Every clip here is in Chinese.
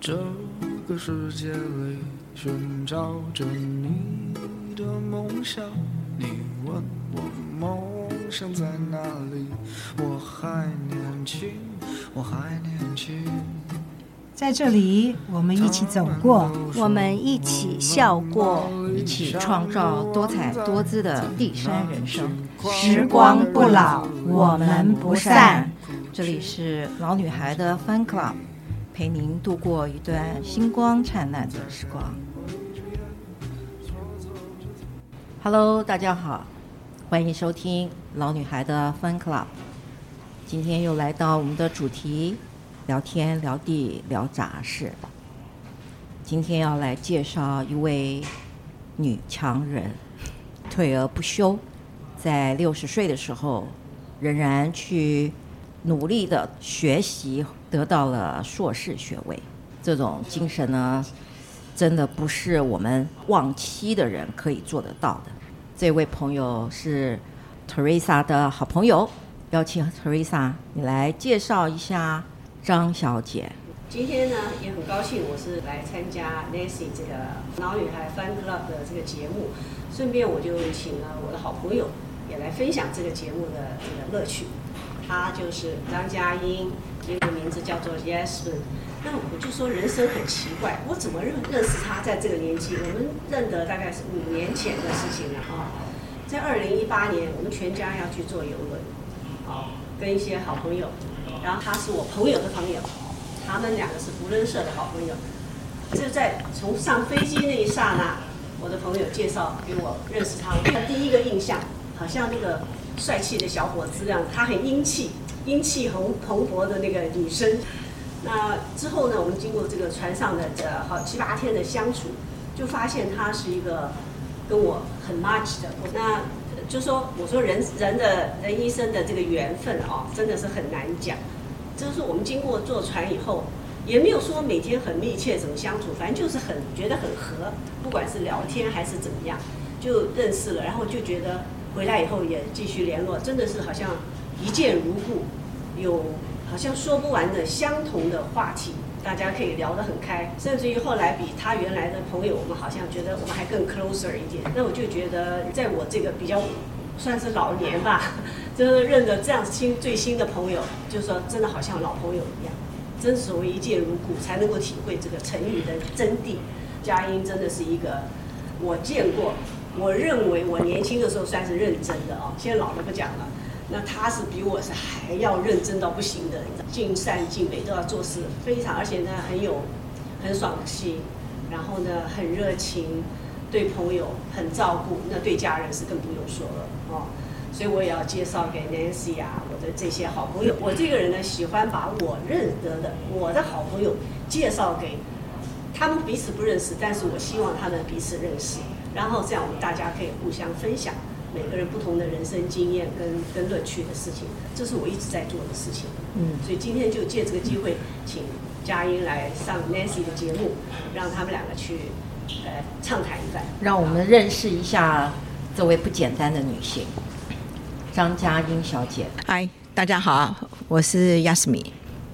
这个世界里寻找着你的梦想，你问我梦想在哪里？我还年轻，我还年轻。在这里，我们一起走过，我们一起笑过，一起创造多彩多姿的第三人生。时光不老，我们不散。这里是老女孩的 Fun Club，陪您度过一段星光灿烂的时光。Hello，大家好，欢迎收听老女孩的 Fun Club。今天又来到我们的主题，聊天、聊地、聊杂事。今天要来介绍一位女强人，退而不休，在六十岁的时候，仍然去努力的学习，得到了硕士学位。这种精神呢，真的不是我们望妻的人可以做得到的。这位朋友是 Teresa 的好朋友，邀请 Teresa 你来介绍一下张小姐。今天呢，也很高兴，我是来参加 Nancy 这个老女孩 Fun Club 的这个节目，顺便我就请了我的好朋友也来分享这个节目的这个乐趣。她就是张佳音，英文名字叫做 Yasmin。那我就说人生很奇怪，我怎么认认识她？在这个年纪，我们认得大概是五年前的事情了啊。在二零一八年，我们全家要去坐游轮，啊，跟一些好朋友，然后她是我朋友的朋友。他们两个是福伦社的好朋友，就在从上飞机那一刹那，我的朋友介绍给我认识他。我对他第一个印象好像那个帅气的小伙子一样，他很英气，英气红蓬勃的那个女生。那之后呢，我们经过这个船上的这好七八天的相处，就发现他是一个跟我很 match 的。那呃就说我说人人的人一生的这个缘分啊、哦，真的是很难讲。就是我们经过坐船以后，也没有说每天很密切怎么相处，反正就是很觉得很合，不管是聊天还是怎么样，就认识了，然后就觉得回来以后也继续联络，真的是好像一见如故，有好像说不完的相同的话题，大家可以聊得很开，甚至于后来比他原来的朋友，我们好像觉得我们还更 closer 一点。那我就觉得，在我这个比较算是老年吧。就是认得这样新最新的朋友，就说真的好像老朋友一样，真所谓一见如故，才能够体会这个成语的真谛。佳音真的是一个我见过，我认为我年轻的时候算是认真的哦，现在老了不讲了。那他是比我是还要认真到不行的，尽善尽美都要做事，非常而且呢很有很爽气，然后呢很热情，对朋友很照顾，那对家人是更不用说了哦。所以我也要介绍给 Nancy 啊，我的这些好朋友。我这个人呢，喜欢把我认得的我的好朋友介绍给他们，彼此不认识，但是我希望他们彼此认识，然后这样我们大家可以互相分享每个人不同的人生经验跟跟乐趣的事情。这是我一直在做的事情。嗯，所以今天就借这个机会，请佳音来上 Nancy 的节目，让他们两个去呃畅谈一番。让我们认识一下这位不简单的女性，张佳音小姐。嗨，大家好，我是 Yasmi。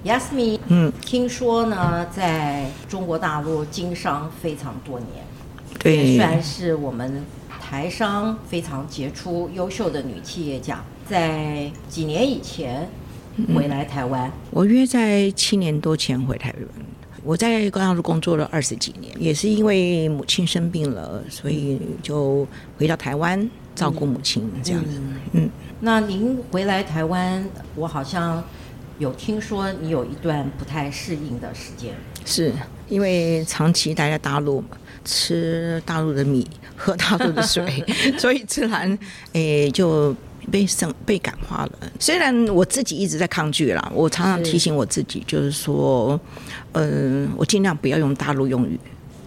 Yasmin，嗯，听说呢，在中国大陆经商非常多年，也对，算是我们台商非常杰出、优秀的女企业家。在几年以前回来台湾，我约在七年多前回台湾。我在高大陆工作了二十几年，也是因为母亲生病了，所以就回到台湾照顾母亲这样子。嗯，那您回来台湾，我好像有听说你有一段不太适应的时间。是因为长期待在大陆嘛，吃大陆的米，喝大陆的水，所以自然诶、就。被生被感化了，虽然我自己一直在抗拒啦，我常常是呃提醒我自己，就是说，嗯、我尽量不要用大陆用语，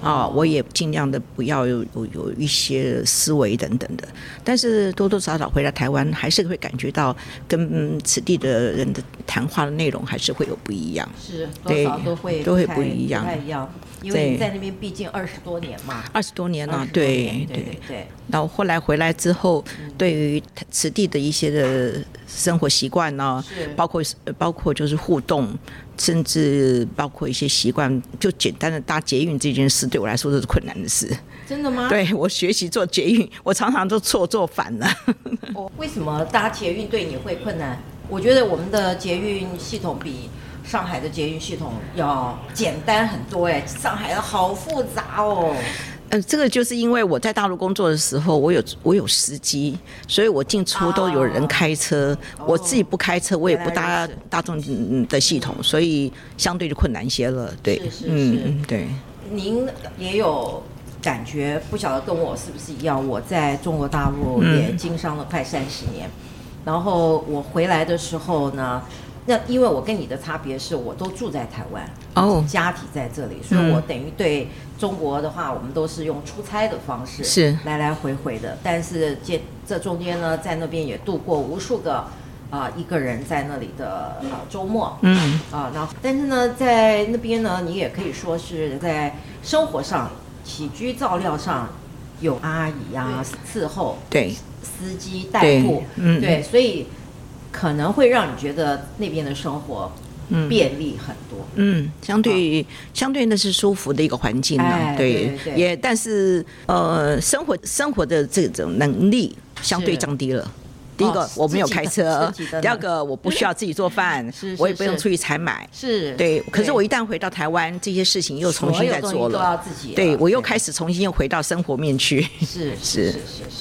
啊，我也尽量的不要有有有一些思维等等的。但是多多少少回来台湾，还是会感觉到跟此地的人的谈话的内容还是会有不一样。是多对少都会都会太不一样不太一样，因为你对在那边毕竟二十多年嘛，二十多年了20，多啊对年对嗯对对，然后后来回来之后，对于此地的一些的生活习惯呢是，包括呃包括就是互动，甚至包括一些习惯，就简单的搭捷运这件事，对我来说都是困难的事。真的吗？对我学习做捷运，我常常都错做反了。哦，为什么搭捷运对你会困难？我觉得我们的捷运系统比上海的捷运系统要简单很多哎，上海的好复杂哦。呃，这个就是因为我在大陆工作的时候，我有我有司机，所以我进出都有人开车。我自己不开车，我也不哦原来搭如此大众嗯的系统，所以相对就困难些了。对，是是嗯是嗯，对。您也有感觉，不晓得跟我是不是一样？我在中国大陆嗯也经商了快三十年，然后我回来的时候呢，那因为我跟你的差别是我都住在台湾，哦家体在这里，所以嗯我等于对中国的话，我们都是用出差的方式，是来来回回的。但是这这中间呢，在那边也度过无数个啊、一个人在那里的呃周末，嗯啊，然后但是呢，在那边呢，你也可以说是在生活上、起居照料上有阿姨啊伺候，对，司机代对步，嗯对，所以可能会让你觉得那边的生活嗯便利很多。嗯，相对、相对那是舒服的一个环境呢、哎对，对对也但是呃，生活生活的这种能力相对是降低了。第一个、哦我没有自己的开车自己的，第二能，个我不需要自己做饭 是是我也不用是出去采买。是对，可是我一旦回到台湾，这些事情又重新再做所有东西都要了。自己了，对，我又开始重新又回到生活面去。是是是是是是。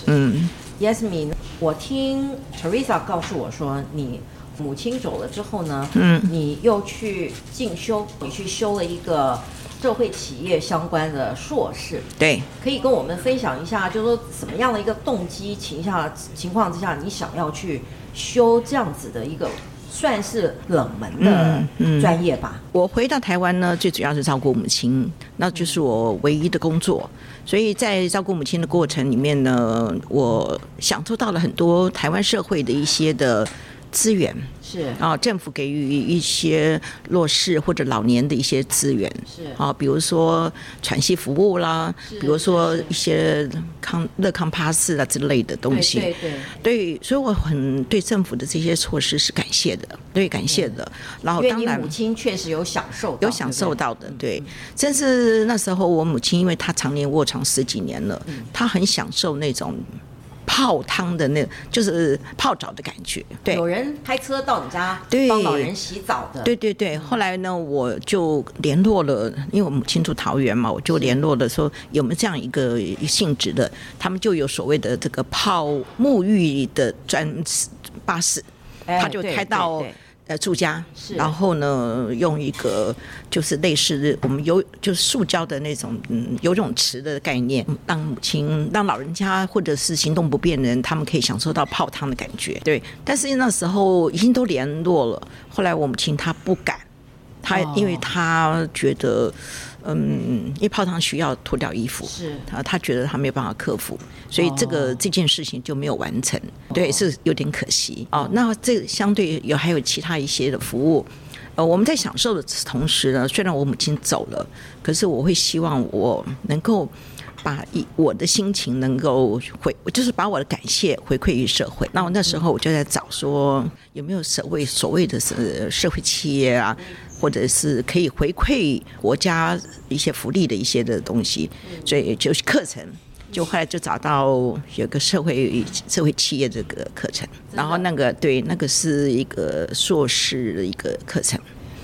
嗯， Yasmin，我听 Teresa 告诉我说，你母亲走了之后呢，嗯你又去进修，你去修了一个社会企业相关的硕士， 对，可以跟我们分享一下，就是说什么样的一个动机情下情况之下，你想要去修这样子的一个算是冷门的嗯嗯专业吧？我回到台湾呢，最主要是照顾母亲，那就是我唯一的工作。所以在照顾母亲的过程里面呢，我享受到了很多台湾社会的一些的资源是啊，政府给予一些弱势或者老年的一些资源是啊，比如说喘息服务啦，比如说一些康乐康巴士啊之类的东对西。对对，对，所以我很对政府的这些措施是感谢的，对感谢的。然后因为当你然母亲确实有享受到，有享对不对嗯受到的，对。甚至那时候我母亲，因为她常年卧床十几年了，嗯她很享受那种泡汤的那，就是泡澡的感觉，对。有人开车到你家对帮老人洗澡的，对对对，后来呢，我就联络了，因为我母亲住桃园嘛，我就联络了说有没有这样一个性质的，他们就有所谓的这个泡沐浴的专巴士，哎他就对开对到对呃住家是，然后呢用一个就是类似我们游就是塑胶的那种嗯游泳池的概念，让母亲让老人家或者是行动不便的人，他们可以享受到泡汤的感觉。对，但是那时候已经都联络了，后来我母亲她不敢。她哦因为她觉得，嗯，因为泡汤需要脱掉衣服，是啊，她觉得她没有办法克服，所以这个、哦这件事情就没有完成，对，是有点可惜哦。那这相对有还有其他一些的服务，呃，我们在享受的同时呢，虽然我母亲走了，可是我会希望我能够把一我的心情能够回，就是把我的感谢回馈于社会。那我那时候我就在找说有没有所谓所谓的是社会企业啊，或者是可以回馈国家一些福利的一些的东西，所以就是课程。嗯就后来就找到有个社会社会企业这个课程，然后那个对那个是一个硕士的一个课程，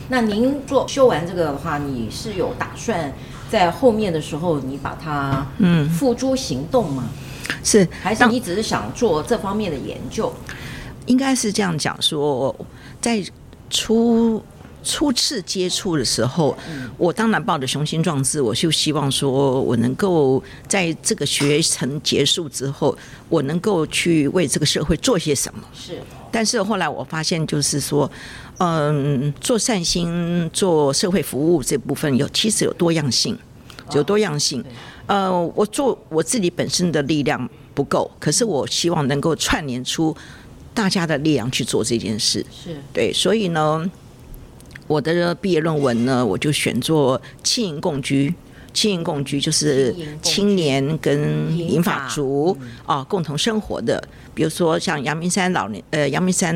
那您做修完这个的话，你是有打算在后面的时候你把它嗯付诸行动吗？是还是当你只是想做这方面的研究？应该是这样讲说，在初初次接触的时候，嗯我当然抱着雄心壮志，我就希望说我能够在这个学程结束之后，我能够去为这个社会做些什么。是但是后来我发现，就是说，嗯，做善心、做社会服务这部分有其实有多样性。有多样性。呃，我做我自己本身的力量不够，可是我希望能够串联出大家的力量去做这件事。是对，所以呢，我的毕业论文呢，我就选做青银共居。青银共居就是青银共居青年跟银银发发族啊、共同生活的，比如说像阳明山老年呃阳明山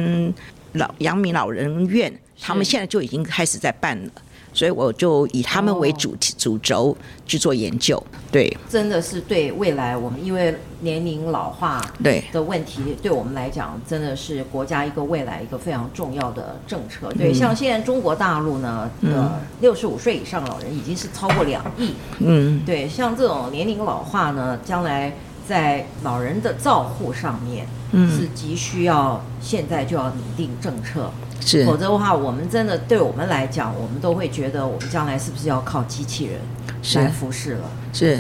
老阳明老人院，他们是现在就已经开始在办了，所以我就以他们为哦主题、主轴去做研究。对真的是对未来我们因为年龄老化对，的问题，对我们来讲真的是国家一个未来一个非常重要的政策。对，像现在中国大陆呢，呃，六十五岁以上老人已经是超过两亿。嗯对，像这种年龄老化呢，将来在老人的照护上面嗯是急需要现在就要拟定政策，是否则的话，我们真的对我们来讲，我们都会觉得我们将来是不是要靠机器人是来服侍了？是，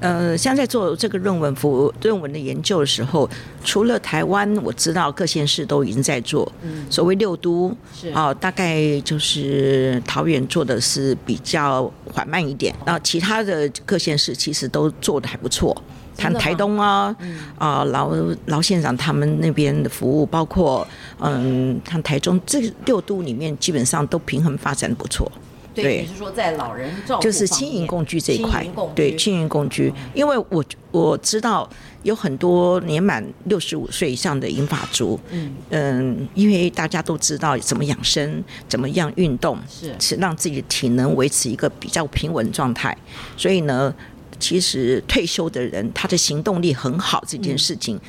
呃，像在做这个论文服论文的研究的时候，除了台湾，我知道各县市都已经在做。嗯，所谓六都是啊、大概就是桃园做的是比较缓慢一点，哦然后其他的各县市其实都做的还不错。真像的吗嗯台东啊，啊、劳劳县长他们那边的服务，包括嗯，像台中这六都里面，基本上都平衡发展得不错。对，你是说在老人照顾就是方轻面盈共居这一块轻盈共，对居嗯轻盈共居，因为我我知道有很多年满六十五岁以上的银发族，嗯嗯，因为大家都知道怎么养生，怎么样运动，是是让自己的体能维持一个比较平稳状态，所以呢，其实退休的人他的行动力很好这件事情。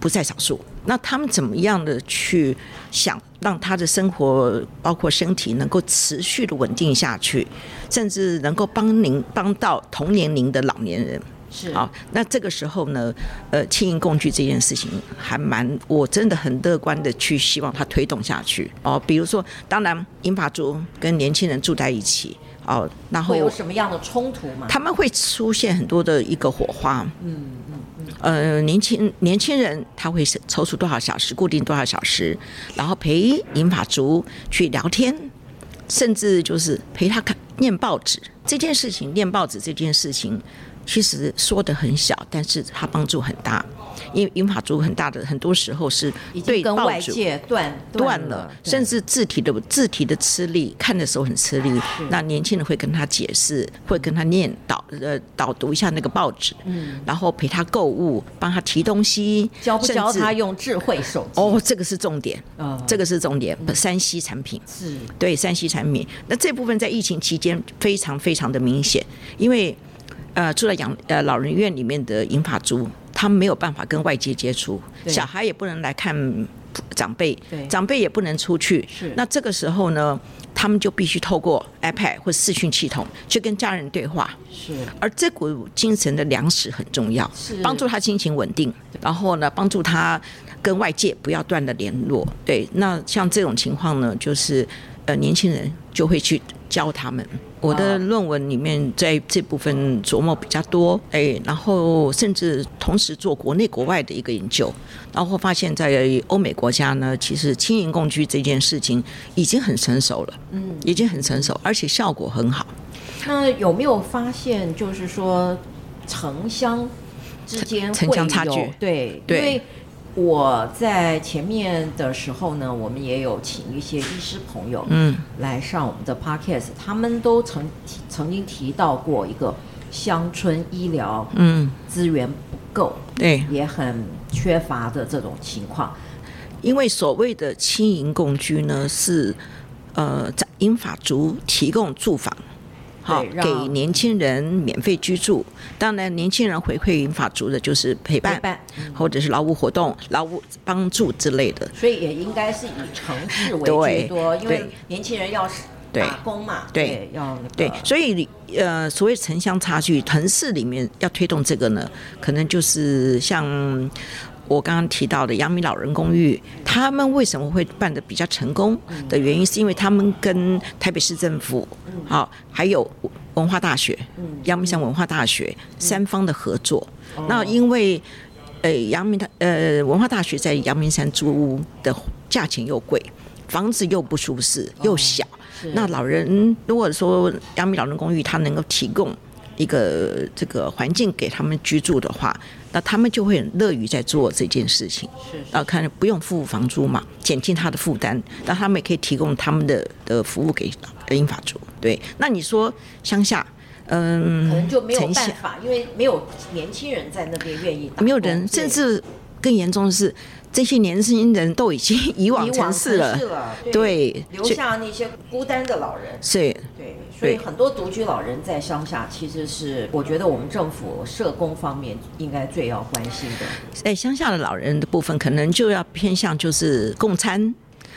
不在少数。那他们怎么样的去想让他的生活，包括身体能够持续的稳定下去，甚至能够帮您帮到同年龄的老年人？是啊，那这个时候呢，呃，轻盈共居这件事情还蛮，我真的很乐观的去希望它推动下去哦。比如说，当然，银发族跟年轻人住在一起哦，然后会有什么样的冲突吗？他们会出现很多的一个火花。嗯嗯呃，年轻年轻人他会是抽出多少小时，固定多少小时，然后陪银发族去聊天，甚至就是陪他看念报纸这件事情。念报纸这件事情，其实说的很小，但是它帮助很大。因为银发族很大的很多时候是已经对跟报外纸界断断了了，，对甚至字体的字体的吃力，看的时候很吃力。那年轻人会跟他解释，会跟他念导呃导读一下那个报纸，嗯，然后陪他购物，帮他提东西，教不教甚至他用智慧手机？哦，这个是重点，嗯这个是重点，山西产品。是对山西产品，那这部分在疫情期间非常非常的明显，因为呃住在养呃老人院里面的银发族，他们没有办法跟外界接触，对小孩也不能来看长辈对，长辈也不能出去是，那这个时候呢，他们就必须透过 iPad 或视讯系统去跟家人对话，是而这股精神的粮食很重要是，帮助他心情稳定，然后呢，帮助他跟外界不要断了联络。对，那像这种情况呢，就是呃，年轻人就会去教他们。我的论文里面在这部分琢磨比较多，哎，然后甚至同时做国内国外的一个研究，然后发现，在欧美国家呢，其实轻盈共居这件事情已经很成熟了，嗯，已经很成熟，而且效果很好。那有没有发现，就是说城乡之间城会城乡差有距对，对因为我在前面的时候呢，我们也有请一些医师朋友，嗯，来上我们的 podcast，他们都曾提曾经提到过一个乡村医疗嗯，资源不够，对。也很缺乏的这种情况。因为所谓的轻盈共居呢，是呃，在英法族提供住房。好，对让给年轻人免费居住。当然，年轻人回馈英法族的就是陪伴，陪伴嗯或者是劳务活动、劳务帮助之类的。所以也应该是以城市为对居多，因为对年轻人要是对打工嘛，对对，要那个对，所以呃，所谓城乡差距，城市里面要推动这个呢，可能就是像我刚刚提到的阳明老人公寓，他们为什么会办得比较成功的原因，是因为他们跟台北市政府，好、还有文化大学，阳明山文化大学三方的合作。那因为呃，阳明大呃文化大学在阳明山租屋的价钱又贵，房子又不舒适又小。那老人如果说阳明老人公寓，它能够提供一个这个环境给他们居住的话，那他们就会很乐于在做这件事情。是啊，看不用付房租嘛，减轻他的负担，那他们也可以提供他们的的服务给呃英法族。对，那你说乡下，嗯，可能就没有城办乡法，因为没有年轻人在那边愿意打工，没有对人，甚至更严重的是，这些年轻人都已经 移往以往城市了，了，对，留所以下那些孤单的老人。所以对，所以对很多独居老人在乡下，其实是我觉得我们政府社工方面应该最要关心的。在乡下的老人的部分，可能就要偏向就是供餐。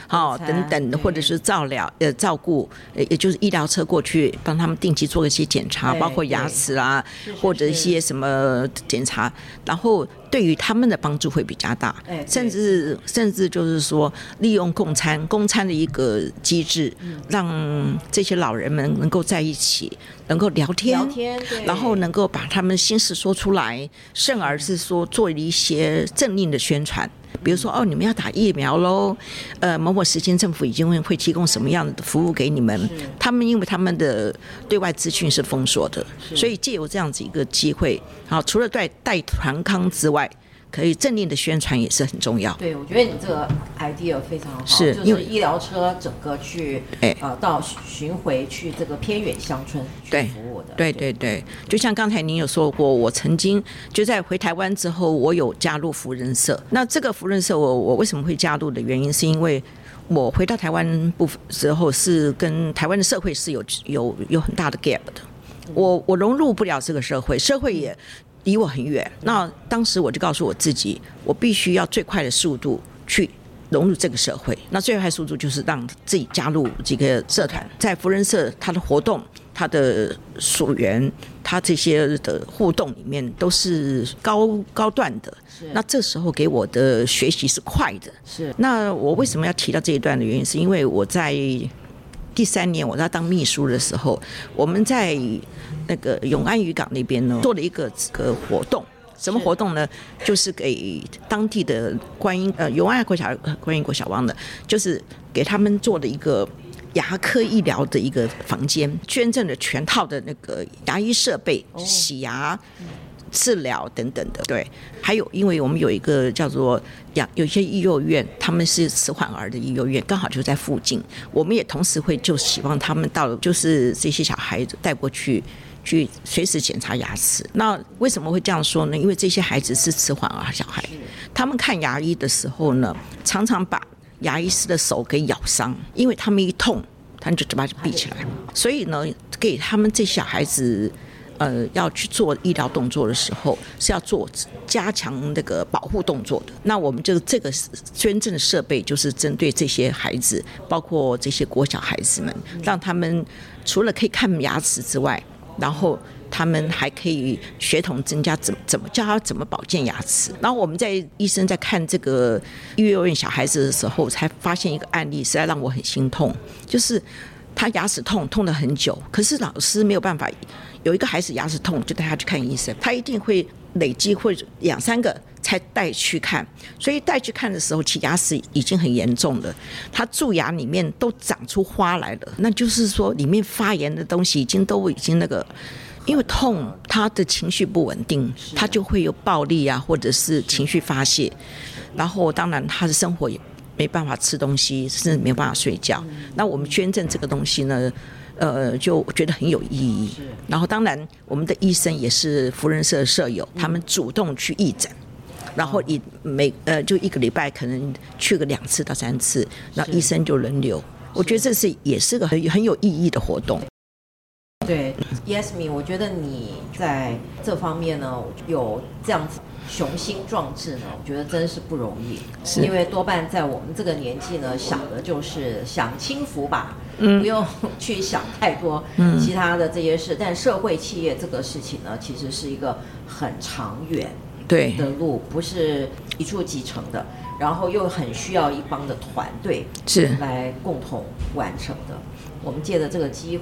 好、供餐嗯等等的，对或者是照料呃照顾，呃也就是医疗车过去帮他们定期做一些检查，对包括牙对齿啊，是是或者一是些什么检查，然后对于他们的帮助会比较大，哎对甚至甚至就是说利用共餐共餐的一个机制，嗯让这些老人们能够在一起，能够聊天，聊天对然后能够把他们心事说出来，甚而是说做一些政令的宣传。比如说哦，你们要打疫苗喽，呃，某某时间政府已经会会提供什么样的服务给你们？他们因为他们的对外资讯是封锁的，所以借由这样子一个机会，好，除了带带团康之外，可以政令的宣传也是很重要。对，我觉得你这个 idea 非常好，是就因是为医疗车整个去哎呃到巡回去这个偏远乡村去对服务的，对对对，就像刚才您有说过，我曾经就在回台湾之后，我有加入福人社。那这个福人社我，我为什么会加入的原因，是因为我回到台湾部分之后，是跟台湾的社会是有有有很大的 gap 的。我我融入不了这个社会，社会也离我很远。那当时我就告诉我自己，我必须要最快的速度去融入这个社会。那最快速度就是让自己加入几个社团，在福人社它的活动、它的溯源、它这些的互动里面都是高高段的。那这时候给我的学习是快的。是那我为什么要提到这一段的原因，是因为我在第三年我在当秘书的时候，我们在那个永安渔港那边呢做了一个这个活动。什么活动呢？就是给当地的观音呃永安国小观音国小王的，就是给他们做的一个牙科医疗的一个房间，捐赠了全套的那个牙医设备、洗牙、治疗等等的。对，还有因为我们有一个叫做养有一些育幼院，他们是迟缓儿的育幼院，刚好就在附近，我们也同时会就希望他们到就是这些小孩子带过去。去随时检查牙齿。那为什么会这样说呢？因为这些孩子是迟缓儿小孩，他们看牙医的时候呢，常常把牙医师的手给咬伤，因为他们一痛，他们就嘴巴就闭起来。所以呢，给他们这些小孩子呃要去做医疗动作的时候，是要做加强那个保护动作的。那我们就这个捐赠的设备，就是针对这些孩子，包括这些国小孩子们，让他们除了可以看牙齿之外，然后。他们还可以学童增加怎么怎么教他怎么保健牙齿。然后我们在医生在看这个幼儿园小孩子的时候，才发现一个案例，实在让我很心痛，就是他牙齿痛痛了很久，可是老师没有办法。有一个孩子牙齿痛，就带他去看医生，他一定会累积或者两三个才带去看。所以带去看的时候，其实牙齿已经很严重了，他蛀牙里面都长出花来了，那就是说里面发炎的东西已经都已经那个。因为痛，他的情绪不稳定，他就会有暴力啊，或者是情绪发泄。然后当然他的生活也没办法吃东西，甚至没有办法睡觉。嗯那我们捐赠这个东西呢，呃，就觉得很有意义。然后当然我们的医生也是福人社的舍友，嗯他们主动去义诊。然哦后一每呃就一个礼拜可能去个两次到三次，那医生就轮流。我觉得这是也是个很很有意义的活动。对，Yesme，我觉得你在这方面呢有这样子雄心壮志呢，我觉得真是不容易。是因为多半在我们这个年纪呢，想的就是享清福吧，嗯不用 去想太多其他的这些事。但社会企业这个事情呢，其实是一个很长远对，的路，不是一触即成的，然后又很需要一帮的团队是来共同完成的。我们借着这个机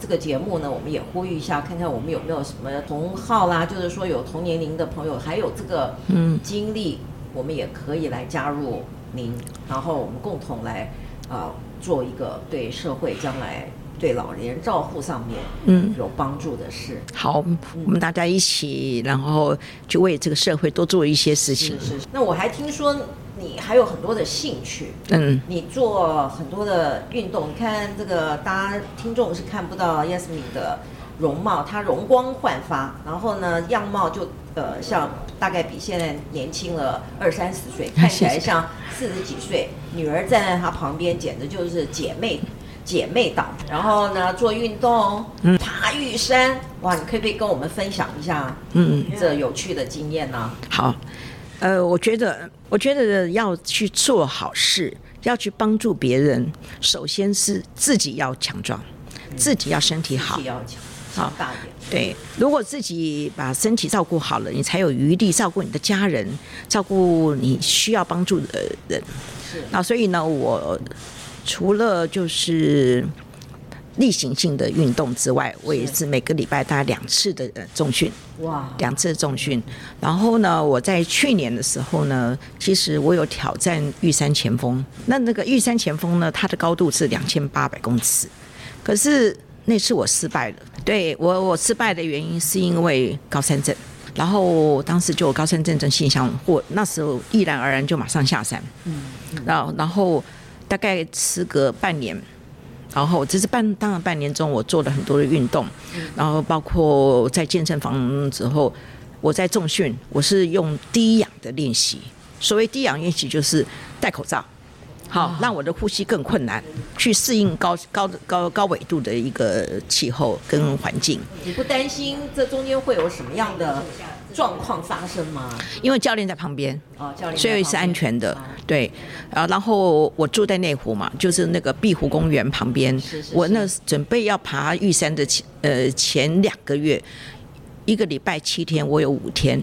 这个节目呢，我们也呼吁一下，看看我们有没有什么同好啦，就是说有同年龄的朋友，还有这个嗯经历，我们也可以来加入啊您，然后我们共同来呃做一个对社会将来对老人照护上面嗯，有帮助的事。好，嗯我们大家一起，然后去为这个社会多做一些事情是。是。是那我还听说你还有很多的兴趣，嗯，你做很多的运动。你看这个，大家听众是看不到 Yasmin 的容貌，她容光焕发，然后呢，样貌就呃像大概比现在年轻了二三十 岁，看起来像四十几岁。女儿站在她旁边，简直就是姐妹。姐妹档，然后呢，做运动，嗯爬玉山，哇！你可不可以跟我们分享一下，嗯，这有趣的经验呢、好，呃，我觉得，我觉得要去做好事，要去帮助别人，首先是自己要强壮，自己要身体好自己。要强，好强大一点。对，如果自己把身体照顾好了，你才有余力照顾你的家人，照顾你需要帮助的人。那所以呢，我除了就是例行性的运动之外，我也是每个礼拜大概两次的呃重训。哇，两次重训，然后呢，我在去年的时候呢，其实我有挑战玉山前锋。那那个玉山前锋呢，它的高度是两千八百公尺，可是那次我失败了。对我，我失败的原因是因为高山症，然后当时就有高山症症现象，我那时候毅然而然就马上下山。嗯，然后然后大概时隔半年，然后这是半当然半年中，我做了很多的运动，然后包括在健身房之后，我在重训，我是用低氧的练习。所谓低氧练习就是戴口罩，好让我的呼吸更困难，去适应高高高高纬度的一个气候跟环境。你不担心这中间会有什么样的状况发生吗？因为教练在旁边，哦，教练，所以是安。全哦的，对。啊，然后我住在内湖嘛，就是那个碧湖公园旁边。是是我是那准备要爬玉山的前呃前两个月，一个礼拜七天，我有五天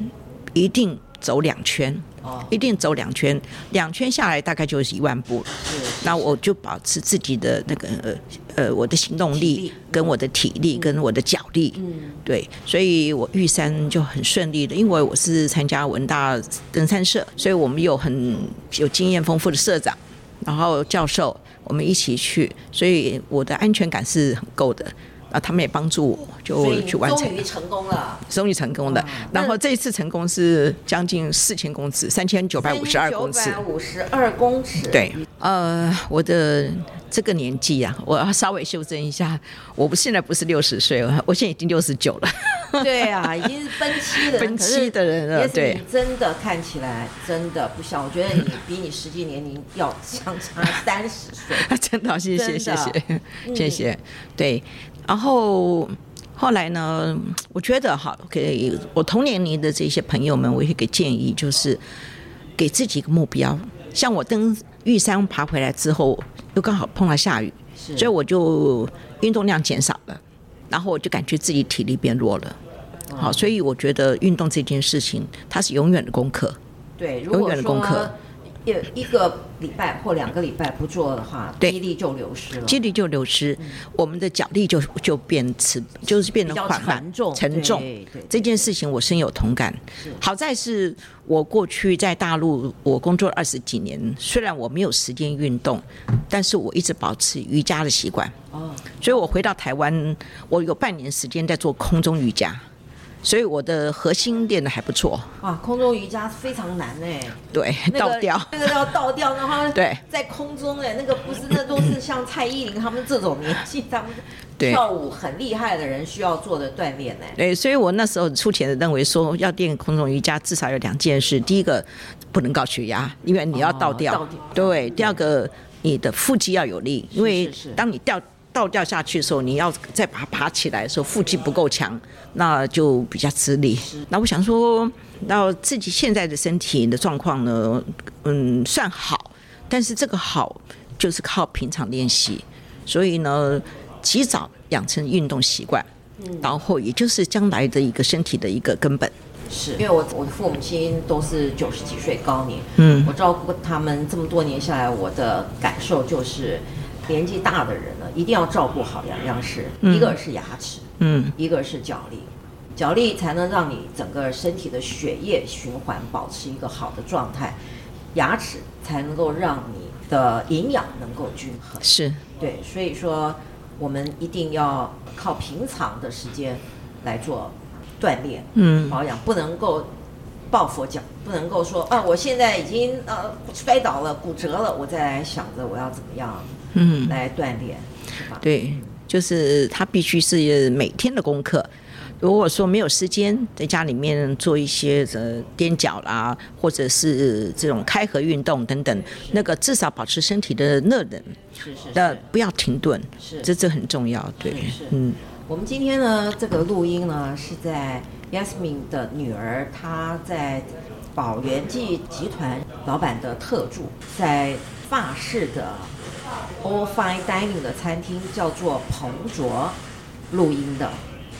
一定走两圈，哦，一定走两圈，两圈下来大概就是一万步了。是那我就保持自己的那个呃呃我的行动体力力跟我的体力跟我的脚力，嗯对，所以我玉山就很顺利的，因为我是参加文大登山社，所以我们有很有经验丰富的社长，然后教授，我们一起去，所以我的安全感是很够的。啊，他们也帮哦助我，所就以你去完成终，于成功了，终于成功的。然后这一次成功是将近四千公尺，三千九百五十二公尺。五十二公尺，，对，呃，我的这个年纪啊，我要稍微修正一下，我不现在不是六十岁了，我现在已经六十九了， 对啊，已经是奔七的人，奔七的人了，对你。真的看起来真的不像，我觉得你比你实际年龄要相差三十 岁。真的，谢谢，谢真的谢， 谢谢。对，然后后来呢，我觉得哈，给我同年龄的这些朋友们，我有一个建议，就是给自己一个目标。像我登玉山爬回来之后，又刚好碰到下雨，是所以我就运动量减少了，然后我就感觉自己体力变弱了。好，所以我觉得运动这件事情，它是永远的功课。对，如永果远的功说课一一个礼拜或两个礼拜不做的话，对肌力就流失了。肌力就流失，我们的脚力就就变迟，就是变得比较缓慢、沉重沉重对对对这件事情我深有同感。好在是我过去在大陆，我工作二十几年，虽然我没有时间运动，但是我一直保持瑜伽的习惯。哦，所以我回到台湾，我有半年时间在做空中瑜伽，所以我的核心练得还不错。哇，空中瑜伽非常难哎、对，那个倒吊。那个要倒掉，然后 对在空中哎、那个不是，那都是像蔡依林他们这种年纪，他们对跳舞很厉害的人需要做的锻炼哎、对，所以我那时候粗浅的认为说，要练空中瑜伽至少有两件事：第一个不能高血压，因为你要倒掉；哦倒掉对，第二个你的腹肌要有力，因为是是当你掉倒掉下去的时候，你要再把它爬起来的时候，腹肌不够强，那就比较吃力。那我想说，那自己现在的身体的状况呢，嗯，算好，但是这个好就是靠平常练习，所以呢，及早养成运动习惯。嗯然后也就是将来的一个身体的一个根本。是因为我我的父母亲都是九十几岁高龄，嗯我照顾他们这么多年下来，我的感受就是，年纪大的人呢，一定要照顾好两样事，一个是牙齿，嗯，一个是脚力，脚力才能让你整个身体的血液循环保持一个好的状态，牙齿才能够让你的营养能够均衡。是对，所以说我们一定要靠平常的时间来做锻炼嗯保养，不能够抱佛脚，不能够说啊，我现在已经呃摔倒了、骨折了，我再来想着我要怎么样嗯，来锻炼，是吧？对，就是他必须是每天的功课。如果说没有时间，在家里面做一些呃踮脚啦，或者是这种开合运动等等，那个至少保持身体的热能，是是那是。不要停顿，是这这很重要。对是是，嗯我们今天呢，这个录音呢是在 Yasmin 的女儿，她在宝元记集团老板的特助，在法式的 All Fine Dining 的餐厅叫做彭卓录音的，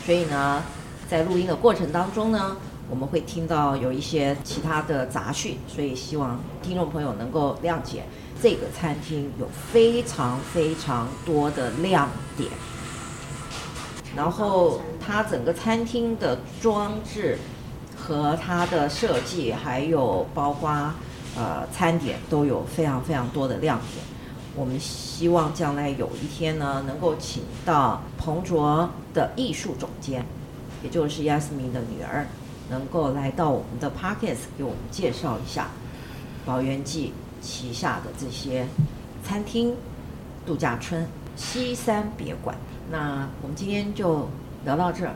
所以呢，在录音的过程当中呢，我们会听到有一些其他的杂讯，所以希望听众朋友能够谅解。这个餐厅有非常非常多的亮点，然后它整个餐厅的装置和它的设计，还有包括呃餐点，都有非常非常多的亮点。我们希望将来有一天呢，能够请到彭卓的艺术总监，也就是 Yasmin 的女儿，能够来到我们的 Parkes 给我们介绍一下宝源记旗下的这些餐厅、度假村、西山别馆。那我们今天就聊到这儿，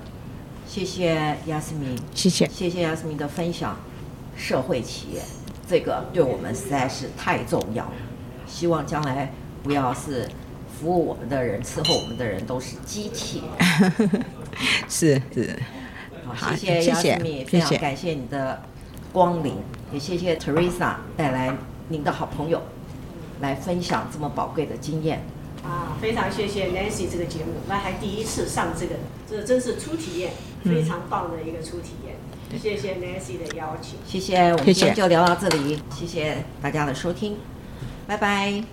谢谢 Yasmin。谢谢。 谢谢亚斯米的分享。社会企业这个对我们实在是太重要了，希望将来不要是服务我们的人、伺候我们的人都是机器。是是，好好，谢谢亚谢斯米，谢非常谢感谢你的光临，也谢谢 Teresa 带来您的好朋友来分享这么宝贵的经验。啊，非常谢谢 Nancy 这个节目，那还第一次上这个，这真是初体验，非常棒的一个初体验。谢谢 Nancy 的邀请。谢谢，我们谢今天谢就聊到这里，谢谢大家的收听，拜拜。